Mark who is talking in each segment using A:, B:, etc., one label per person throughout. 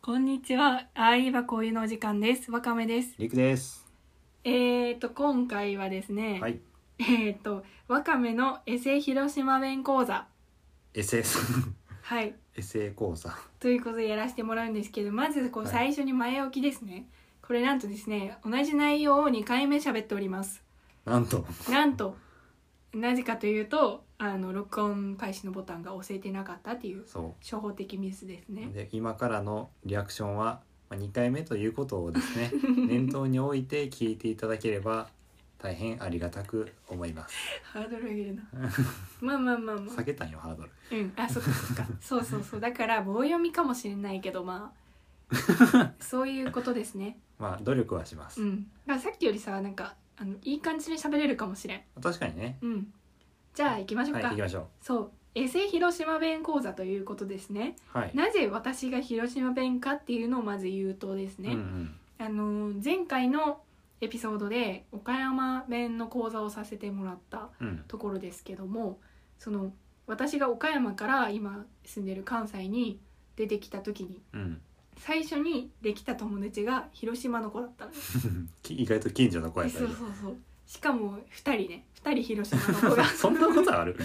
A: こんにちは。あいばこういうのお時間です。わかめです。
B: りくです。
A: えーと今回はですね、
B: はい。
A: えーとわかめのエセ広島弁講座
B: エセス
A: はい
B: エセ講座。
A: ということでやらせてもらうんですけど、まずこう
B: はい
A: 最初に前置きですね。これなんとですね、同じ内容を2回目喋っております。
B: なんと
A: なんとなぜかというと、あの録音開始のボタンが押せてなかったっていう
B: そ
A: 初歩的ミスですね
B: う。。で今からのリアクションはまあ2回目ということをで すね念頭に置いて聞いていただければ大変ありがたく思います。
A: ハードル上げるな。まあまあまあまあ
B: 下。げたんよハードル。
A: うん、あそっかそ っかそうそうそうだから棒読みかもしれないけどまあ そういうことですね
B: まあ努力はします。
A: うんだからさっきよりさなんかあのいい感じで喋れるかもしれん
B: 確かにね。
A: うんじゃあ行きましょう
B: はい
A: か、
B: 行きましょう。
A: そうエセ広島弁講座ということですね
B: はい。
A: なぜ私が広島弁かっていうのをまず言うとです
B: うん
A: ね、
B: うん。
A: あの前回のエピソードで岡山弁の講座をさせてもらった
B: うん。
A: ところですけどもその私が岡山から今住んでる関西に出てきた時に
B: うん。
A: 最初にできた友達が広島の子だったのよ
B: き意外と近所の子
A: そ
B: や
A: う
B: った
A: そう
B: り。
A: そうしかも2人ね2人広島の子が
B: そんなことある？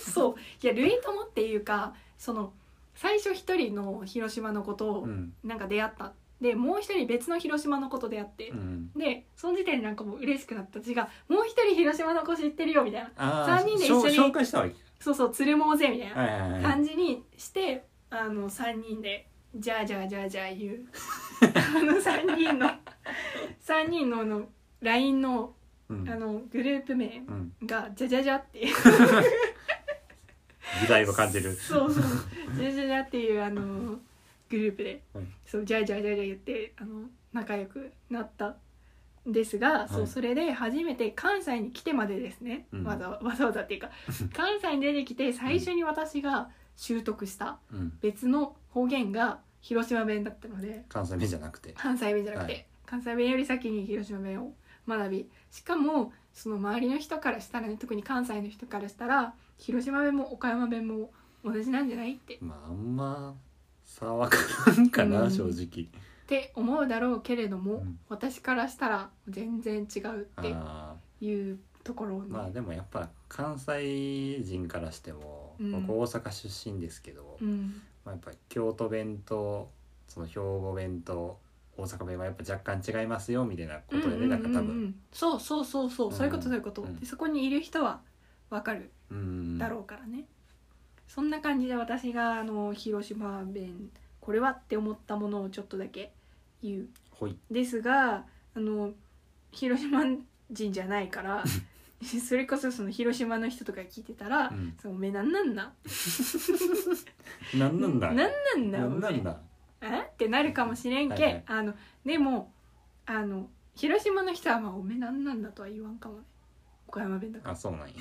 A: そういや類友っていうかその最初1人の広島の子と
B: うん。
A: なんか出会ったでもう1人別の広島の子と出会って
B: う、ん。
A: でその時点でなんかもう嬉しくなった私が「もう1人広島の子知ってるよ」みたいな
B: ああ。
A: 三人で一緒に
B: しょ紹介したわけ。
A: 「そうそうつるもうぜ」みたいな
B: はいはいはい
A: 感。じにしてあの3人で「じゃあじゃあじゃあじゃあ」言うあの3人の3人のあの LINE の
B: う
A: あ
B: ん。
A: のグループ名
B: うん。
A: が「じゃじゃじゃ」っていう
B: 時代を感じる。
A: そうそう「じゃじゃじゃ」っていうあのグループで
B: うん
A: 「そうじゃあじゃあじゃあじゃあ」言ってあの仲良くなった。んですが、そ
B: は
A: う
B: い
A: それで初めて関西に来てまでですね、
B: うん
A: わざわざわざって いうか関西に出てきて最初に私が習得した
B: うん。
A: 別の方言が広島弁だったので
B: 関西弁じゃなくて
A: 関西弁じゃなくて、
B: は
A: 関西弁より先に広島弁を学びしかもその周りの人からしたらね特に関西の人からしたら広島弁も岡山弁も同じなんじゃないってっ
B: まああんま差は変わらんかな、
A: うん
B: 正直
A: て思うだろうけれども、
B: うん
A: 私からしたら全然違うっ
B: あ
A: ていうところをね
B: ーまあでもやっぱ関西人からしても、
A: うん
B: 僕大阪出身ですけど、
A: うん
B: まあ、やっぱ京都弁とその兵庫弁と大阪弁はやっぱ若干違いますよみたいなことでね、なんか多
A: うんうんうんう
B: 分
A: んそうそうそうそう、
B: うん
A: そういうことそういうこと、
B: うん
A: でそこにいる人はわかる
B: うん
A: だろうからね、そんな感じで私があの広島弁これはって思ったものをちょっとだけ言う
B: ほい
A: ですがあの広島人じゃないから それこそその広島の人とか聞いてたら「
B: うん
A: そうおめえなんなんだ
B: なんなんだ
A: なんなんだ
B: な
A: お
B: ん
A: め
B: な
A: え
B: んだ
A: えってなるかもしれんけ、
B: はいはい
A: あのでもあの広島の人は、まあ「おめえなんなんだ」とは言わんかもね岡山弁だから
B: あそうなんや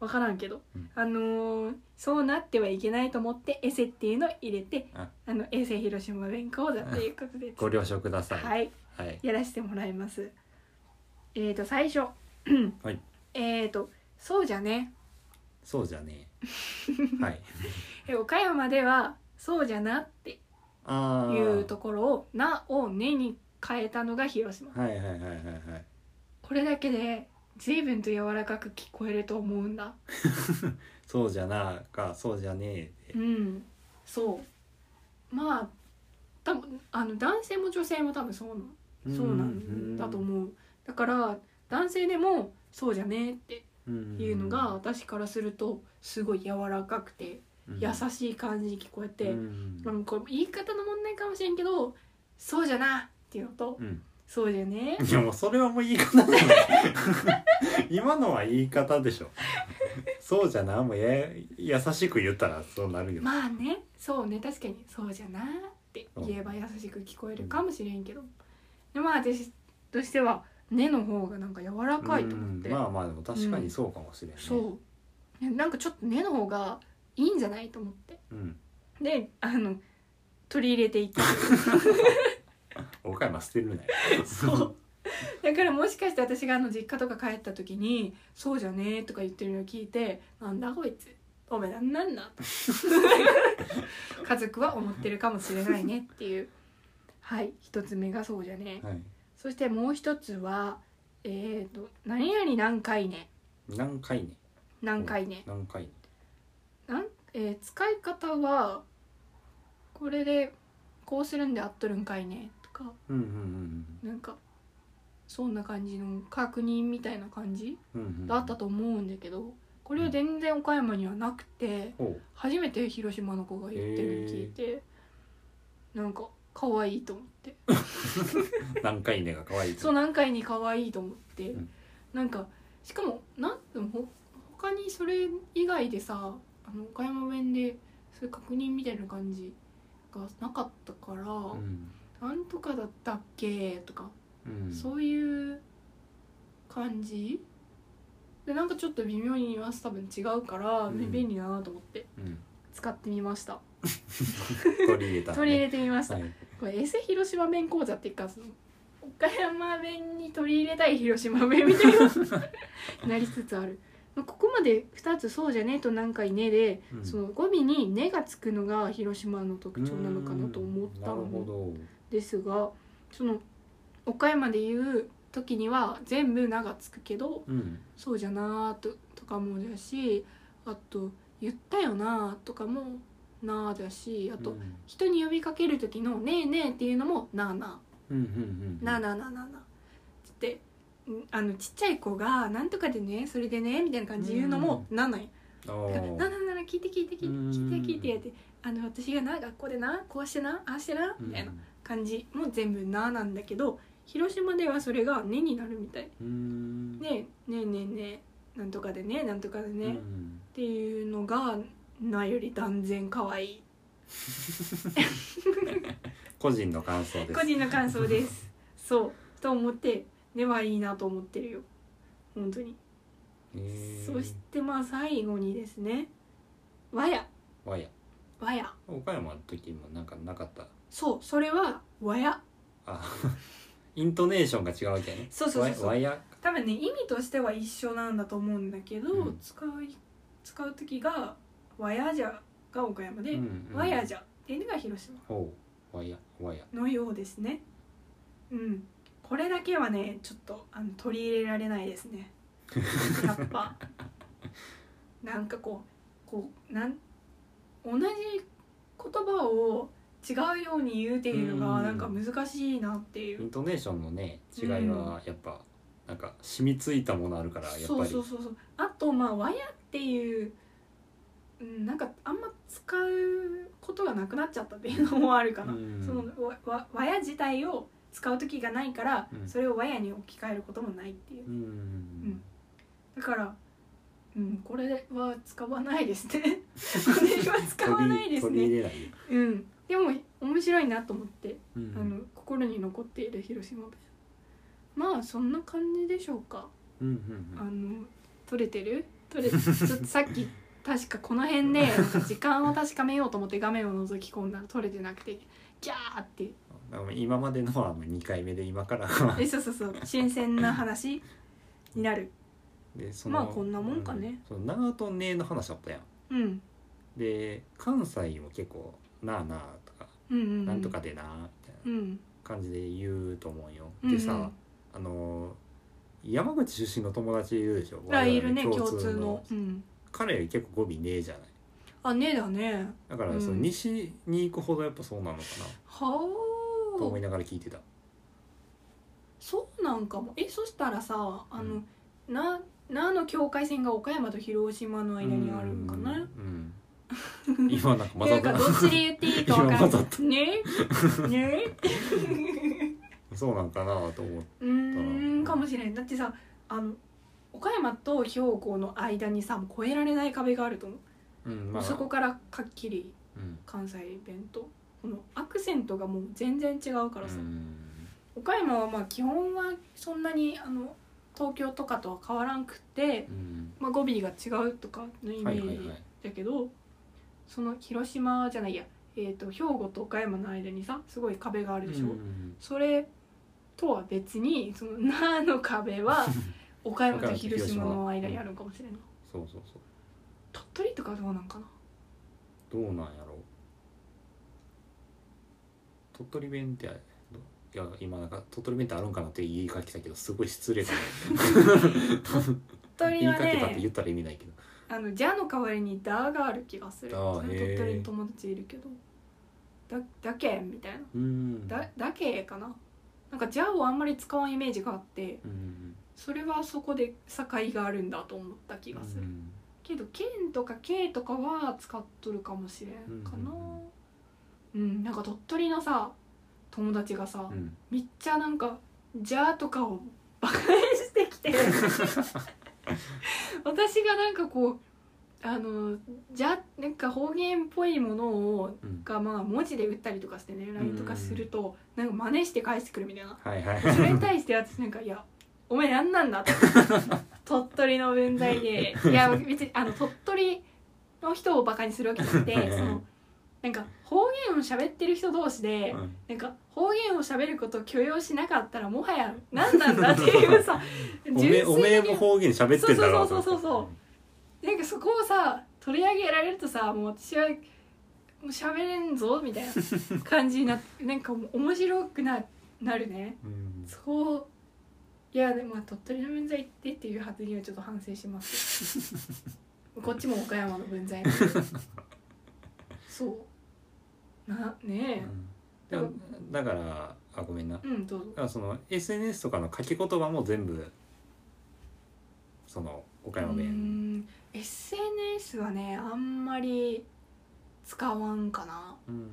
A: 分からんけど、
B: うん
A: あのーそうなってはいけないと思ってエセっていうのを入れて
B: あ
A: あのエセ広島弁講座ということで
B: ご了承ください、
A: はいい
B: はい
A: やらせてもらいますえー、と最初、
B: はい
A: えー、とそうじゃね
B: そうじゃね えはい
A: え岡山ではそうじゃなって
B: ああ
A: いうところを「な」を「ね」に変えたのが広島
B: はいはいはいはいはい
A: これだけで随分と柔らかく聞こえると思うんだ
B: そうじゃなかそうじゃねえ
A: う
B: で
A: んそうまあ多分あの男性も女性も多分そうなのそうなんだと思うだから男性でもそうじゃねって
B: うん
A: いうのが私からするとすごい柔らかくて優しい感じに聞こえて、
B: うん
A: うん、これ言い方の問題かもしれんけど「そうじゃな」っていうのと
B: うん
A: 「そうじゃね
B: いやもうそれはもう言い方だよ 今のは言い方でしょそうじゃなもうや優しく言ったらそうなる」よ、
A: まあねそうね確かに「そうじゃな」って言えば優しく聞こえるかもしれんけどでまあ私としては「ね」の方がなんか柔らかいと思って、
B: うんまあまあでも確かにそうかもしれない、ね
A: そうねなんかちょっと「ね」の方がいいんじゃないと思って。
B: うん、
A: であの取り入れていった
B: 岡山捨てるね
A: そう だからもしかして私があの実家とか帰った時に「そうじゃね」とか言ってるのを聞いて「なんだこいつおめえなんなんだ」と家族は思ってるかもしれないねっていうはい一つ目がそうじゃね
B: はい
A: そしてもう一つはえっ、と「何々何回ね
B: 何回ね
A: 何回ね
B: 何回ね」
A: なんえー使い方はこれでこうするんで合っとるんかいねとか
B: うんうん
A: なんかそんな感じの確認みたいな感じ
B: うんうんうんうん
A: だったと思うんだけどこれは全然岡山にはなくて
B: ほう
A: 初めて広島の子が言ってるの聞いてなんか可愛いと思って
B: 何回ねが可愛い
A: そう何回に可愛いと思って、
B: うん
A: なんかしかもなんでもほ他にそれ以外でさあの岡山弁でそういう確認みたいな感じがなかったから
B: う、ん
A: なんとかだったっけとか、
B: うん
A: そういう感じでなんかちょっと微妙にニュアンス多分違うから、
B: うん
A: 便利だなと思って
B: うん
A: 使ってみました
B: 取り入れたね
A: 取り入れてみました、
B: はい
A: これエセ広島弁講座っていうかその岡山弁に取り入れたい広島弁みたい ななりつつあるまあここまで2つ「そうじゃねえ」と「何回ね」で、
B: うん
A: その語尾に「ね」がつくのが広島の特徴なのかなと思った
B: うんなるほ
A: の
B: ど
A: ですがその岡山で言う時には全部「な」がつくけど
B: うん
A: 「そうじゃなーと」とかもだしあと「言ったよな」とかも「な」だしあと
B: うん
A: 人に呼びかける時の「ねえねえ」っていうのも「なあな
B: うんうん
A: あなあなあなあなあなあ」って言ってんあのちっちゃい子が「なんとかでねそれでね」みたいな感じで言うのも「なあなあや」
B: あ
A: だから「
B: ー
A: なあなあなあなあ聞いて聞いて聞いて
B: うん
A: 聞いて聞いて」ってあの私がな学校でなこうしてなああしてなみたいな感じも全部「なあ」なんだけど広島ではそれが「ね」になるみたい
B: う
A: 「
B: ん
A: ねえねえねえねえなんとかでねなんとかでね」
B: う
A: っ
B: ん
A: ていうのが「な」より断然可愛い
B: 個人の感想です
A: 個人の感想 ですそうと思ってではいいなと思ってるよ本当に
B: へー
A: そしてまあ最後にですね和や
B: わや
A: 和や
B: 岡山の時もなんかなかった
A: そうそれは和や
B: あ イントネーションが違うわけね
A: そうそうそうそう
B: わわや
A: 多分ね意味としては一緒なんだと思うんだけど、
B: うん
A: 使う使う時が和やじゃが岡山で、
B: うんうん
A: 和やじゃっていうのが広島
B: ほうわやわや
A: のようですねうんこれだけはねちょっとあの取り入れられないですねやっ ぱなんかこうこうなん同じ言葉を違うように言うっていうの
B: う
A: が
B: ん
A: なんか難しいなってい
B: イ
A: う
B: ントネーションのね違いはやっぱ、なんか染みついたものあるからやっぱり
A: そうそうそうそうあとまあ和やっていううんなんかあんま使うことがなくなっちゃったっていうのもあるかな、
B: うん
A: そのわわ和や自体を使う時がないから、
B: うん
A: それを和やに置き換えることもないっていう
B: うん、
A: んだからうんこれは使わない ですねこれは使わないです
B: 取り取
A: ね
B: り入れない、
A: うんでも面白いなと思って、
B: うん
A: あの心に残っている広島弁まあそんな感じでしょうか
B: うん
A: あの取れてる取れちょっとさっ き確かこの辺でなんか時間を確かめようと思って画面を覗き込んだら取れてなくてギャーって
B: うんうん、今までのはあの2回目で今からは
A: えそうそうそう新鮮な話になる
B: でその
A: まあこんなもんかね、
B: うん、その長とねの話だったやん
A: うん
B: で関西も結構「なあなあ」とか
A: うんう
B: 「
A: ん
B: なんとかでなあ」みたいな
A: うん
B: 感じで言うと思うよ、
A: うん
B: でさあの山口出身の友達いるでしょ
A: あいるね
B: 我々
A: 共通のうん
B: 彼結構語尾ねえじゃない
A: あねえだね
B: だからその
A: うん
B: 西に行くほどやっぱそうなのか
A: は
B: なと思い
A: お
B: ながら聞いてた
A: そうなんかもえそしたらさあ
B: う
A: の、ななの境界線が岡山と広島の間にあるんかな、
B: うんうん今なんか混
A: な
B: ざっ
A: んか
B: た
A: どっちで言 っていいか分か
B: 今混
A: んな
B: ざっ
A: いね ね
B: そうなんかなと思って
A: うーんかもしれないだってさあの岡山と兵庫の間にさもう越えられない壁があると思う、
B: うんまあ
A: そこからはっきり
B: うん
A: 関西弁とこのアクセントがもう全然違うか
B: う
A: らさ、
B: ん
A: 岡山はまあ基本はそんなにあの東京とかとは変わらんくって、
B: うん
A: まあ、語尾が違うとかのイメ
B: はいはい
A: ージ
B: はい
A: だけど、その広島じゃないや、えー、と兵庫と岡山の間にさすごい壁があるでしょ、
B: うん
A: それとは別にその「な」の壁 は岡山と広島の間にあるのかもしれない
B: そうそうそう
A: 鳥取とかどうなんかな
B: どうなんやろう鳥取弁ってあれいや今なんか鳥取弁当あるんかなって言いかけたけどすごい失礼だね
A: 鳥
B: 言
A: 取
B: い
A: は
B: かけたって言
A: ね
B: ったら意味ないけど
A: あの「じゃ」の代わりに「だ」がある気がする
B: だーへー
A: 鳥取に友達いるけど「だだけ」みたいな
B: うー
A: 「
B: ん
A: だだけ」かななんか「じゃ」をあんまり使わんイメージがあって
B: うん
A: それはそこで境があるんだと思った気がする、
B: うん
A: けど「けん」とか「け」とかは使っとるかもしれんかな
B: うんうん
A: うん、なんか鳥取のさ友達がさ、
B: うん
A: めっちゃなんか「じゃ」とかをバカにしてきて私がなんかこうあの「じゃ」なんか方言っぽいものを
B: うん
A: がまあ文字で打ったりとかしてね LINE とかするとなんか真似して返してくるみたいな
B: はいはい
A: それに対して私なんか「いやお前何なんだ」と鳥取の文在でいや別にあの鳥取の人をバカにするわけじゃなくてそのなんか方言を喋ってる人同士で、
B: うん
A: なんか方言を喋ることを許容しなかったらもは や何なんだっていうさ
B: おめえおめえも
A: に
B: 方言喋ってんだろ
A: そうそうそうそうそうなんかそこをさ取り上げられるとさもう私はもう喋れんぞみたいな感じになってなんかもう面白くななるね
B: うん
A: そういやでもまあ鳥取の分際行ってっていう発言はちょっと反省しますこっちも岡山の分際なん でそうなね
B: うんうんだからあごめんな
A: えうんどうぞ
B: だからその SNS とかの書き言葉も全部その岡山
A: うー
B: 弁
A: ん SNS はねあんまり使わんかな
B: うん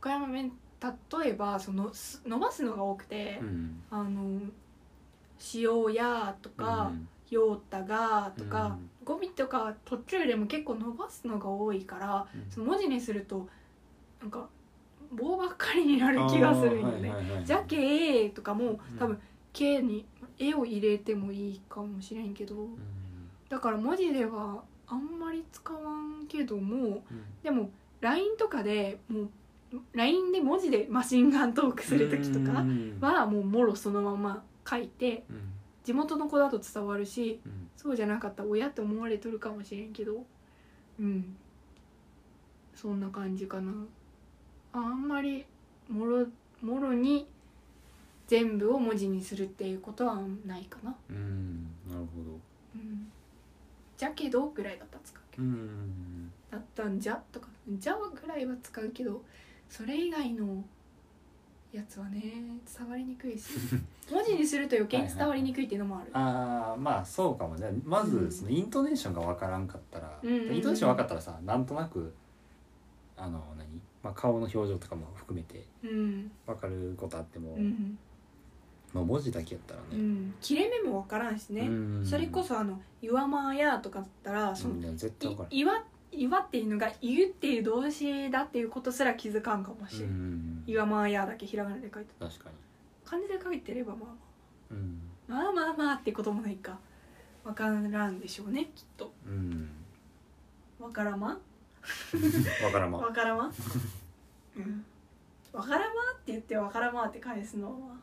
A: 岡山弁例えばそのす伸ばすのが多くて
B: う、ん
A: あの「しようや」とか「ようたが」とか、語尾とか途中でも結構伸ばすのが多いから
B: うん
A: その文字にするとなんか棒ばっかりになる気がするんよね。じゃけーとかも多
B: う
A: 分「け」に「え」を入れてもいいかもしれんけど。だから文字ではあんまり使わんけどもでも LINE とかでもう LINE で文字でマシンガントークする時とかはもうもろそのまま書いて地元の子だと伝わるしそうじゃなかったら親って思われとるかもしれんけどうんそんな感じかなああんまりもろもろに全部を文字にするっていうことはないかな、
B: うんなるほど
A: うん、じゃけどぐらいだったら使うけど
B: うん
A: だったんじゃとか「じゃ」ぐらいは使うけどそれ以外のやつはね伝わりにく いし文字にすると余計に伝わりにくいっていうのもある
B: あーまあそうかもねまずそのイントネーションが分からんかったら、
A: うんうんうん
B: イントネーション分かったらさなんとなくあの何、まあ、顔の表情とかも含めて
A: うん
B: 分かることあっても、
A: うん
B: まあ、文字だけやったら
A: う
B: ね,
A: ん切れ目もわからんし
B: うん、
A: ねそれこそあの「岩間や」とかだったらそ
B: うん
A: の
B: いや絶対分か
A: 「岩」岩っていうのが「ゆ」っていう動詞だっていうことすら気づかんかも
B: る
A: しれない「
B: うん
A: 岩間や」だけひらがなで書いて
B: 確かに
A: 漢字で書いてればまあ
B: うん、
A: まあまあまあまあってこともないかわからんでしょうねきっと
B: うん、
A: わからま
B: 分からんま
A: わから まうんわからまって言ってわからまって返すのは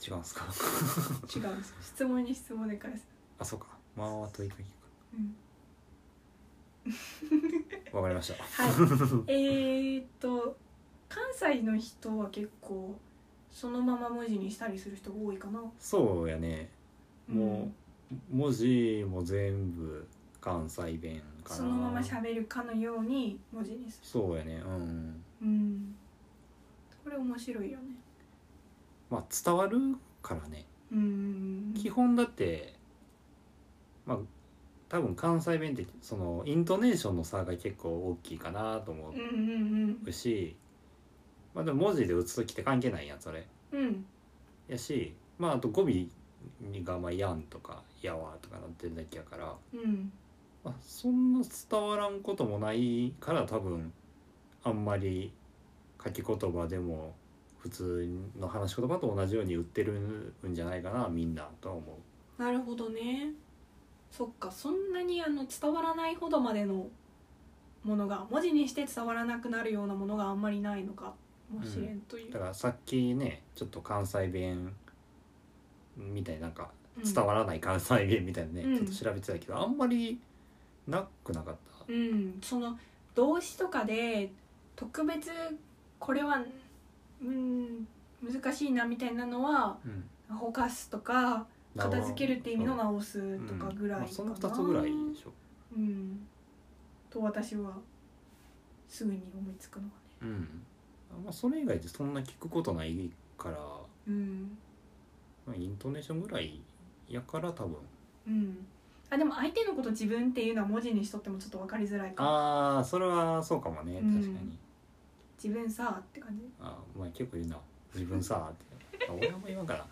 B: 違うんすか
A: 違うんですよ質問に質問で返す
B: あそうかまあ問いかけか
A: うん
B: 分かりました
A: はいえーっと関西の人は結構そのまま文字にしたりする人が多いかな
B: そうやねもう、文字も全部関西弁かな
A: そのまま喋るかのように文字にす
B: そうやねうん
A: るうんこれ面白いよね
B: まあ伝わるからね
A: うん
B: 基本だってまあ多分関西弁ってそのイントネーションの差が結構大きいかなと思
A: うんうん
B: うし、まあでも文字で打つ時って関係ないやんそれ
A: うんうん
B: やしまああと語尾がまあ「やん」とか「やわ」とかなってるだけやから、
A: うん
B: まあ、そんな伝わらんこともないから多分あんまり書き言葉でも普通の話し言葉と同じように売ってるんじゃないかなみんなとは思う。
A: なるほどねそっかそんなにあの伝わらないほどまでのものが文字にして伝わらなくなるようなものがあんまりないのかもしれんという、
B: だからさっきねちょっと関西弁みたいななんか
A: うん
B: 伝わらない関西弁みたいなね、
A: うん
B: ちょっと調べてたけどあんまりなくなかっ
A: う
B: た。
A: んその動詞とかで特別これはうん難しいなみたいなのは
B: うん、
A: ほかすとか片付けるって意味の
B: な
A: 直すとかぐらいかな、
B: その2つぐらいでしょ、
A: うんと私はすぐに思いつくのはね
B: うんまあ、それ以外でそんな聞くことないから、
A: うん
B: まあ、イントネーションぐらいやから多分
A: うんあでも相手のこと自分っていうのは文字にしとってもちょっと分かりづらいかも
B: ああそれはそうかもね
A: うん
B: 確かに、
A: 自分さって感じ
B: あお前結構言うな自分さってあ俺あんま言わんから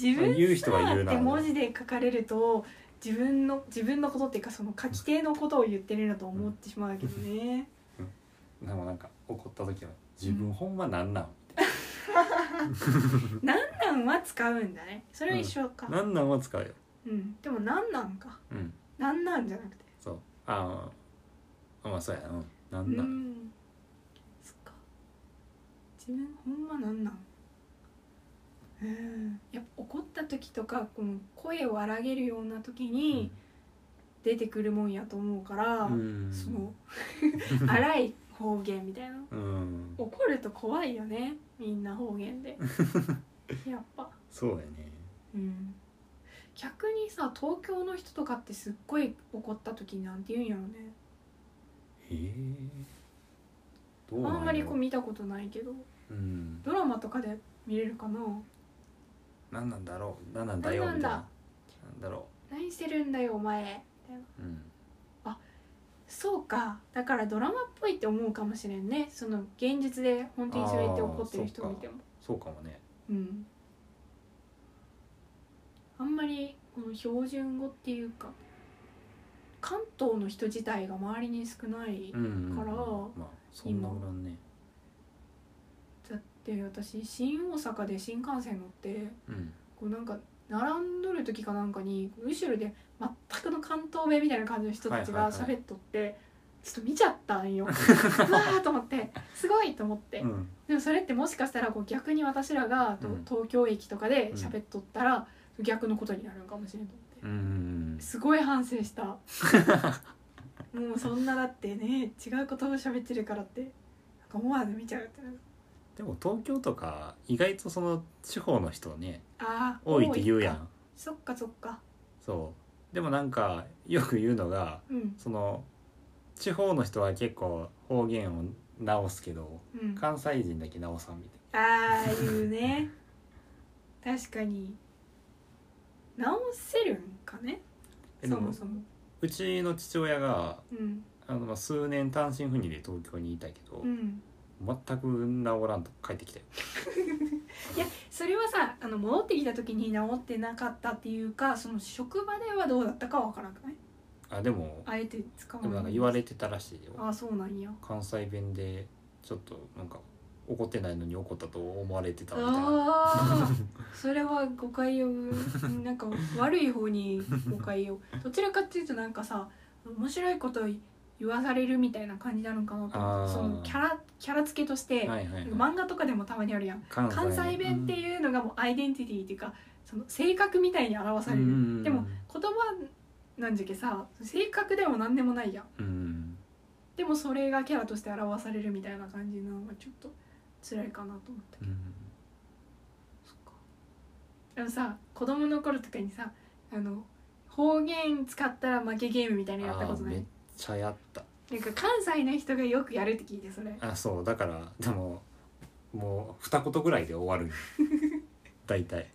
A: 自分
B: 言う人は
A: さ
B: 言う
A: っ
B: な
A: て文字で書かれると自分の自分のことっていうかその書き手のことを言ってるなと思ってしまうけどね
B: でもなんか怒った時は「自分ほんまなんなん?」
A: なんなんは使うんだねそれは一緒か
B: なんなんは使うよ。
A: うんでもなんなんか
B: うん。
A: なんなんじゃなくて
B: そう。ああ。まあそうやな。うん。な
A: うん
B: なん。
A: んそっか自分ほんまなんなんうんやっぱ怒った時とかこの声を荒げるような時に出てくるもんやと思うから、
B: うん。
A: そ の荒い方言みたいな
B: うん。
A: 怒ると怖いよねみんな方言 でやっぱ
B: そうやね。
A: うん逆にさ東京の人とかってすっごい怒った時なんて言うんやろね
B: へえ。どう
A: あ
B: なん
A: んまりこう
B: う。
A: 見たことないけど
B: うん。
A: ドラマとかで見れるかな
B: なんなんだろう。なんなんだよみ
A: な
B: た
A: ん
B: いな。
A: な
B: なん
A: だ
B: んだろ
A: 何してるんだよお前みたいな
B: う。うん。
A: そうかだからドラマっぽいって思うかもしれんねその現実で本当にそれって怒ってる人を見ても
B: そうかもね。
A: うんあんまりこの標準語っていうか関東の人自体が周りに少ない
B: うんうん。
A: から
B: まあそんなおらんね。
A: だって私新大阪で新幹線乗って
B: うん。
A: こうなんか並んどる時かなんかに後ろで全くの関東弁みたいな感じの人たちが
B: はいはいはい
A: 喋っとって、ちょっと見ちゃった んようわーと思ってすごいと思って、
B: うん。
A: でもそれってもしかしたらこう逆に私らがと、
B: うん
A: 東京駅とかで喋っとったら、逆のことになるんかもしれんと思って
B: うんうん
A: すごい反省したもうそんなだってね違うことを喋ってるからってなんか思わず見ちゃうってなる
B: でも東京とか意外とその地方の人ね
A: ああ
B: 多いって言うやん
A: そっかそっか
B: そうでもなんかよく言うのが
A: うん
B: その地方の人は結構方言を直すけど
A: うん
B: 関西人だけ直さんみたい
A: ああいうね確かに直せるんかね
B: えで
A: そ
B: も
A: もそも
B: うちの父親が
A: うん
B: あのまあ数年単身赴任で東京にいたけど、
A: うん
B: 全く直らんと帰ってきたよ
A: それはさあの戻ってきた時に直ってなかったっていうかその職場ではどうだったかわからなくない
B: あでも
A: あえて使わ
B: で
A: ない
B: もなんか言われてたらしい
A: あ
B: よ
A: あそうなんや
B: 関西弁でちょっとなんか怒ってないのに怒ったと思われてたみたいな
A: ああそれは誤解をなんか悪い方に誤解をどちらかっていうとなんかさ面白いこと言わされるみたいな感じなのかなと思って
B: あー
A: そのキャラキャラ付けとして、
B: はいはい、はい、
A: 漫画とかでもたまにあるやん
B: 関
A: 関西弁っていうのがもうアイデンティティっていうかその性格みたいに表される、でも、言葉なんじゃけさ性格でも何でもないやん
B: うん、
A: でもそれがキャラとして表されるみたいな感じなのがちょっと辛いかなと思った
B: うん、
A: そっかでもさ子供の頃とかにさあの方言使ったら負けゲームみたいなのやったことな
B: あーめ
A: い
B: っちゃやった
A: なんか関西の人がよくやるって聞いてそれ
B: あそうだからでももう二言ぐらいで終わ る大体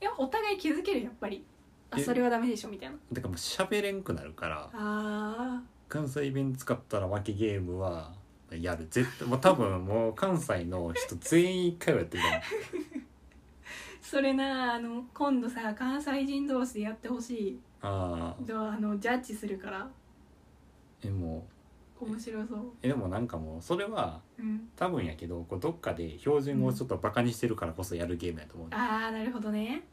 A: いやお互い気づけるやっぱりあ
B: え
A: それはダメでしょみたいな
B: だからもう喋れんくなるから
A: あー
B: 関西弁使ったら負けゲームはやる絶対もう多分もう関西の人全員一回はやってる
A: それなあの今度さ関西人同士でやってほしい
B: ああー
A: どうあのジャッジするから
B: えも
A: 面白そう
B: うえでもなんかもうそれは
A: うん
B: 多分やけどこうどっかで標準語をちょっとバカにしてるからこそやるゲームやと思う、い
A: あーなるほどね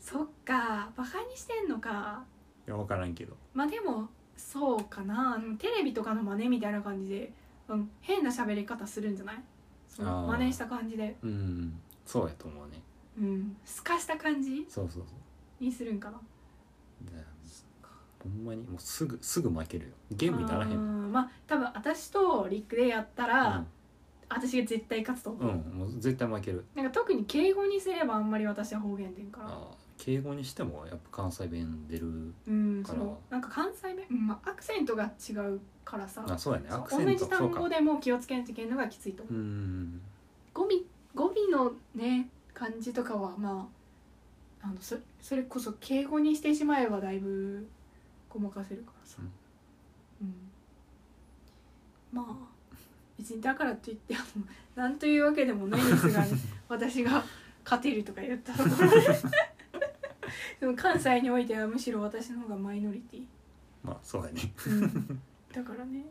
A: そっかバカにしてんのか
B: や分からんけど
A: まあでもそうかなあのテレビとかの真似みたいな感じで、うん、変な喋り方するんじゃないその
B: あー
A: 真似した感じで
B: うんそうやと思うね
A: うんすかした感じ
B: そうそうそう
A: にするんかな
B: だからほんまにもうすぐすぐ負けるよゲームにならへ
A: あ
B: ん
A: ーまあ多分私とリックでやったら、
B: うん
A: 私が絶対勝つと思
B: う
A: う、
B: んもう絶対負ける
A: なんか特に敬語にすればあんまり私は方言出んから
B: あー敬語にしてもやっぱ関西弁出る
A: うん
B: か
A: そ
B: ら
A: のなんか関西弁、うんまあ、アクセントが違うからさ
B: あそうやね
A: そ
B: ア
A: う
B: クセン
A: 同じ
B: トそう
A: 単
B: か
A: 語でも気をつけないといけないのがきついと思う
B: うん
A: 語尾語尾のね感じとかはまああのそそれこそ敬語にしてしまえばだいぶごまかせるからさ、うんまあ別にだからといってあのなんというわけでもないんですが 私が勝てるとか言ったところででも関西においてはむしろ私の方がマイノリティ、
B: まあそうやね
A: うん、だからね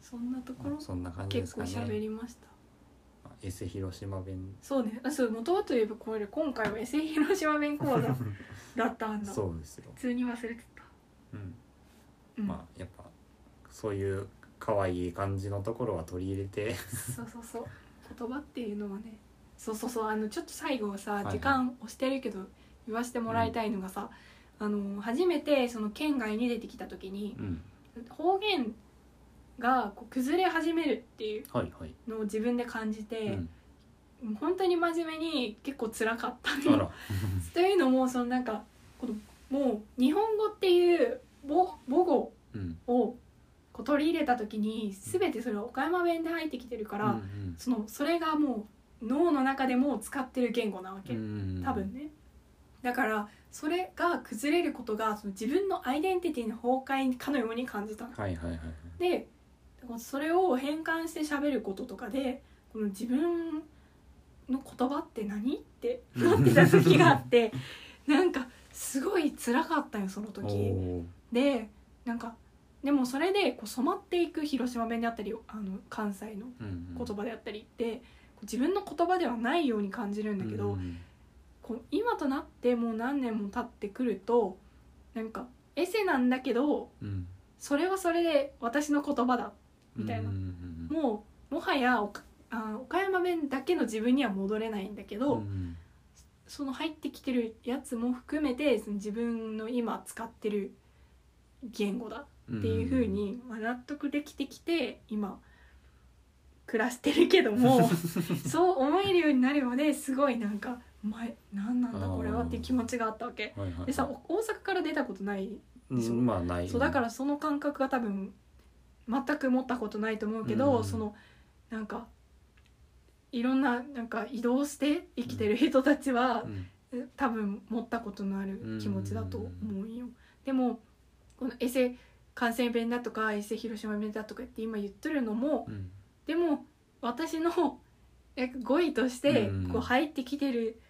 A: そんなと ころ
B: そんな感じで
A: 結
B: す
A: 構
B: かね
A: 喋りました。
B: まあエセ広島弁
A: そうねあそう元はといえばこれ今回はエセ広島弁講座だったんだ普
B: そうですよ、
A: 通に忘れてた、
B: うん
A: うん
B: まあやっぱそういう可愛い感じのところは取り入れて
A: そうそうそう言葉っていうのはねそうそうそうあのちょっと最後さ
B: いはい
A: 時間押してるけど言わせてもらいたいのがさ、あの初めてその県外に出てきた時に
B: うん
A: 方言がこう崩れ始めるっていう
B: はいはい、
A: のを自分で感じ
B: う
A: て、
B: ん、
A: もう本当に真面目に結構辛かったんだ
B: あら
A: というのもそのなんかこのもう日本語っていう母母語
B: うん
A: をこう取り入れた時に全てそれは岡山弁で入ってきてるから、
B: うん
A: そのそれがもう脳の中でも使ってる言語なわ
B: う
A: け、
B: ん
A: 多分ね。だからそれが崩れることがその自分のアイデンティティの崩壊かのように感じたの。
B: はいはいはいはい
A: でそれを変換して喋ることとかでこの自分の言葉って何ってなってた時があ ってなんかすごい辛かったよその
B: お
A: 時。
B: ー
A: でなんかでもそれでこう染まっていく広島弁であったりあの関西の
B: うんうん
A: 言葉であったりってこう自分の言葉ではないように感じるんだけど、
B: うん
A: こう今となってもう何年も経ってくるとなんかエセなんだけど
B: うん
A: それはそれで私の言葉だ
B: うん
A: みたいな
B: うんうんうん
A: もうもはやおかあ岡山弁だけの自分には戻れないんだけど、
B: うん
A: その入ってきてるやつも含めてその自分の今使ってる言語だ
B: うん
A: っていう風に、まあ、納得できてきて今暮らしてるけど もそう思えるようになるまですごいなんか「お前何なんだこれは」っていう気持ちがあったわけ。
B: はいはいはい
A: でさお大阪から出たことない
B: うんまあない
A: そうだからその感覚が多分全く持ったことないと思うけど、
B: うん
A: そのなんかいろんななんか移動して生きてる人たちは
B: う、ん
A: 多分持ったことのある気持ちだと思うよ。でもこのエセ感染弁だとかエセ広島弁だとかって今言ってるのも
B: うん
A: でも私のえ語彙として
B: うん
A: こう入ってきてる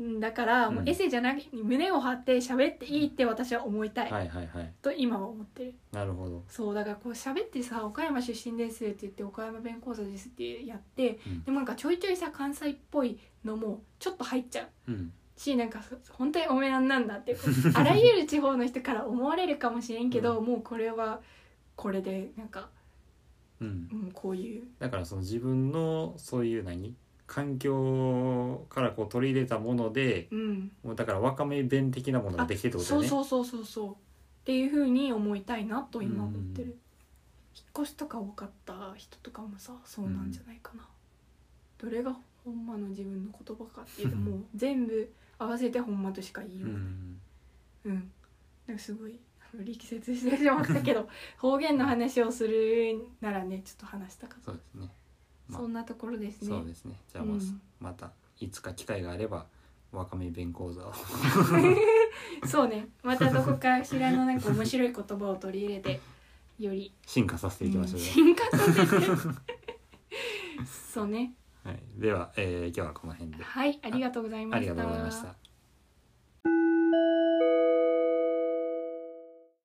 A: んだから、もううんエセじゃなくて胸を張って喋っていいって私は思いたい、
B: はいはいはい
A: と今は思ってる。
B: なるほど
A: そうだからこう喋ってさ「岡山出身です」って言って「岡山弁講座です」ってやって、
B: うん
A: でもなんかちょいちょいさ関西っぽいのもちょっと入っちゃう
B: うん
A: しなんかそ 本当におめなんなんだってあらゆる地方の人から思われるかもしれんけど、もうこれはこれでなんか、
B: うん
A: うん、こういう
B: だからその自分のそういう何環境からこう取り入れたもので
A: うん
B: もうだからわかめ弁的なものができてってことだ
A: そ
B: よ
A: う
B: ね
A: そうそうそうそうっていうふうに思いたいなと今思ってる、
B: うん
A: 引っ越しとか多かった人とかもさそうなんじゃないかな、どれがほんまの自分の言葉かっていうともう全部合わせてほんまとしか言いよ
B: う
A: うがない
B: ん
A: うん、なんかすごいあの力説してしまったけど方言の話をするならねちょっと話したかった、
B: そうですねまあ
A: そんなところですね
B: そうですねじゃあもうす
A: うん
B: またいつか機会があればわかめ弁講座を
A: そうねまたどこかしらのなんか面白い言葉を取り入れ てより
B: 進化させていきましょうよ
A: 進化させて そうね
B: はい、では、えー今日はこの辺で
A: はいありがとうございま
B: あ
A: し
B: り
A: た
B: がとうございました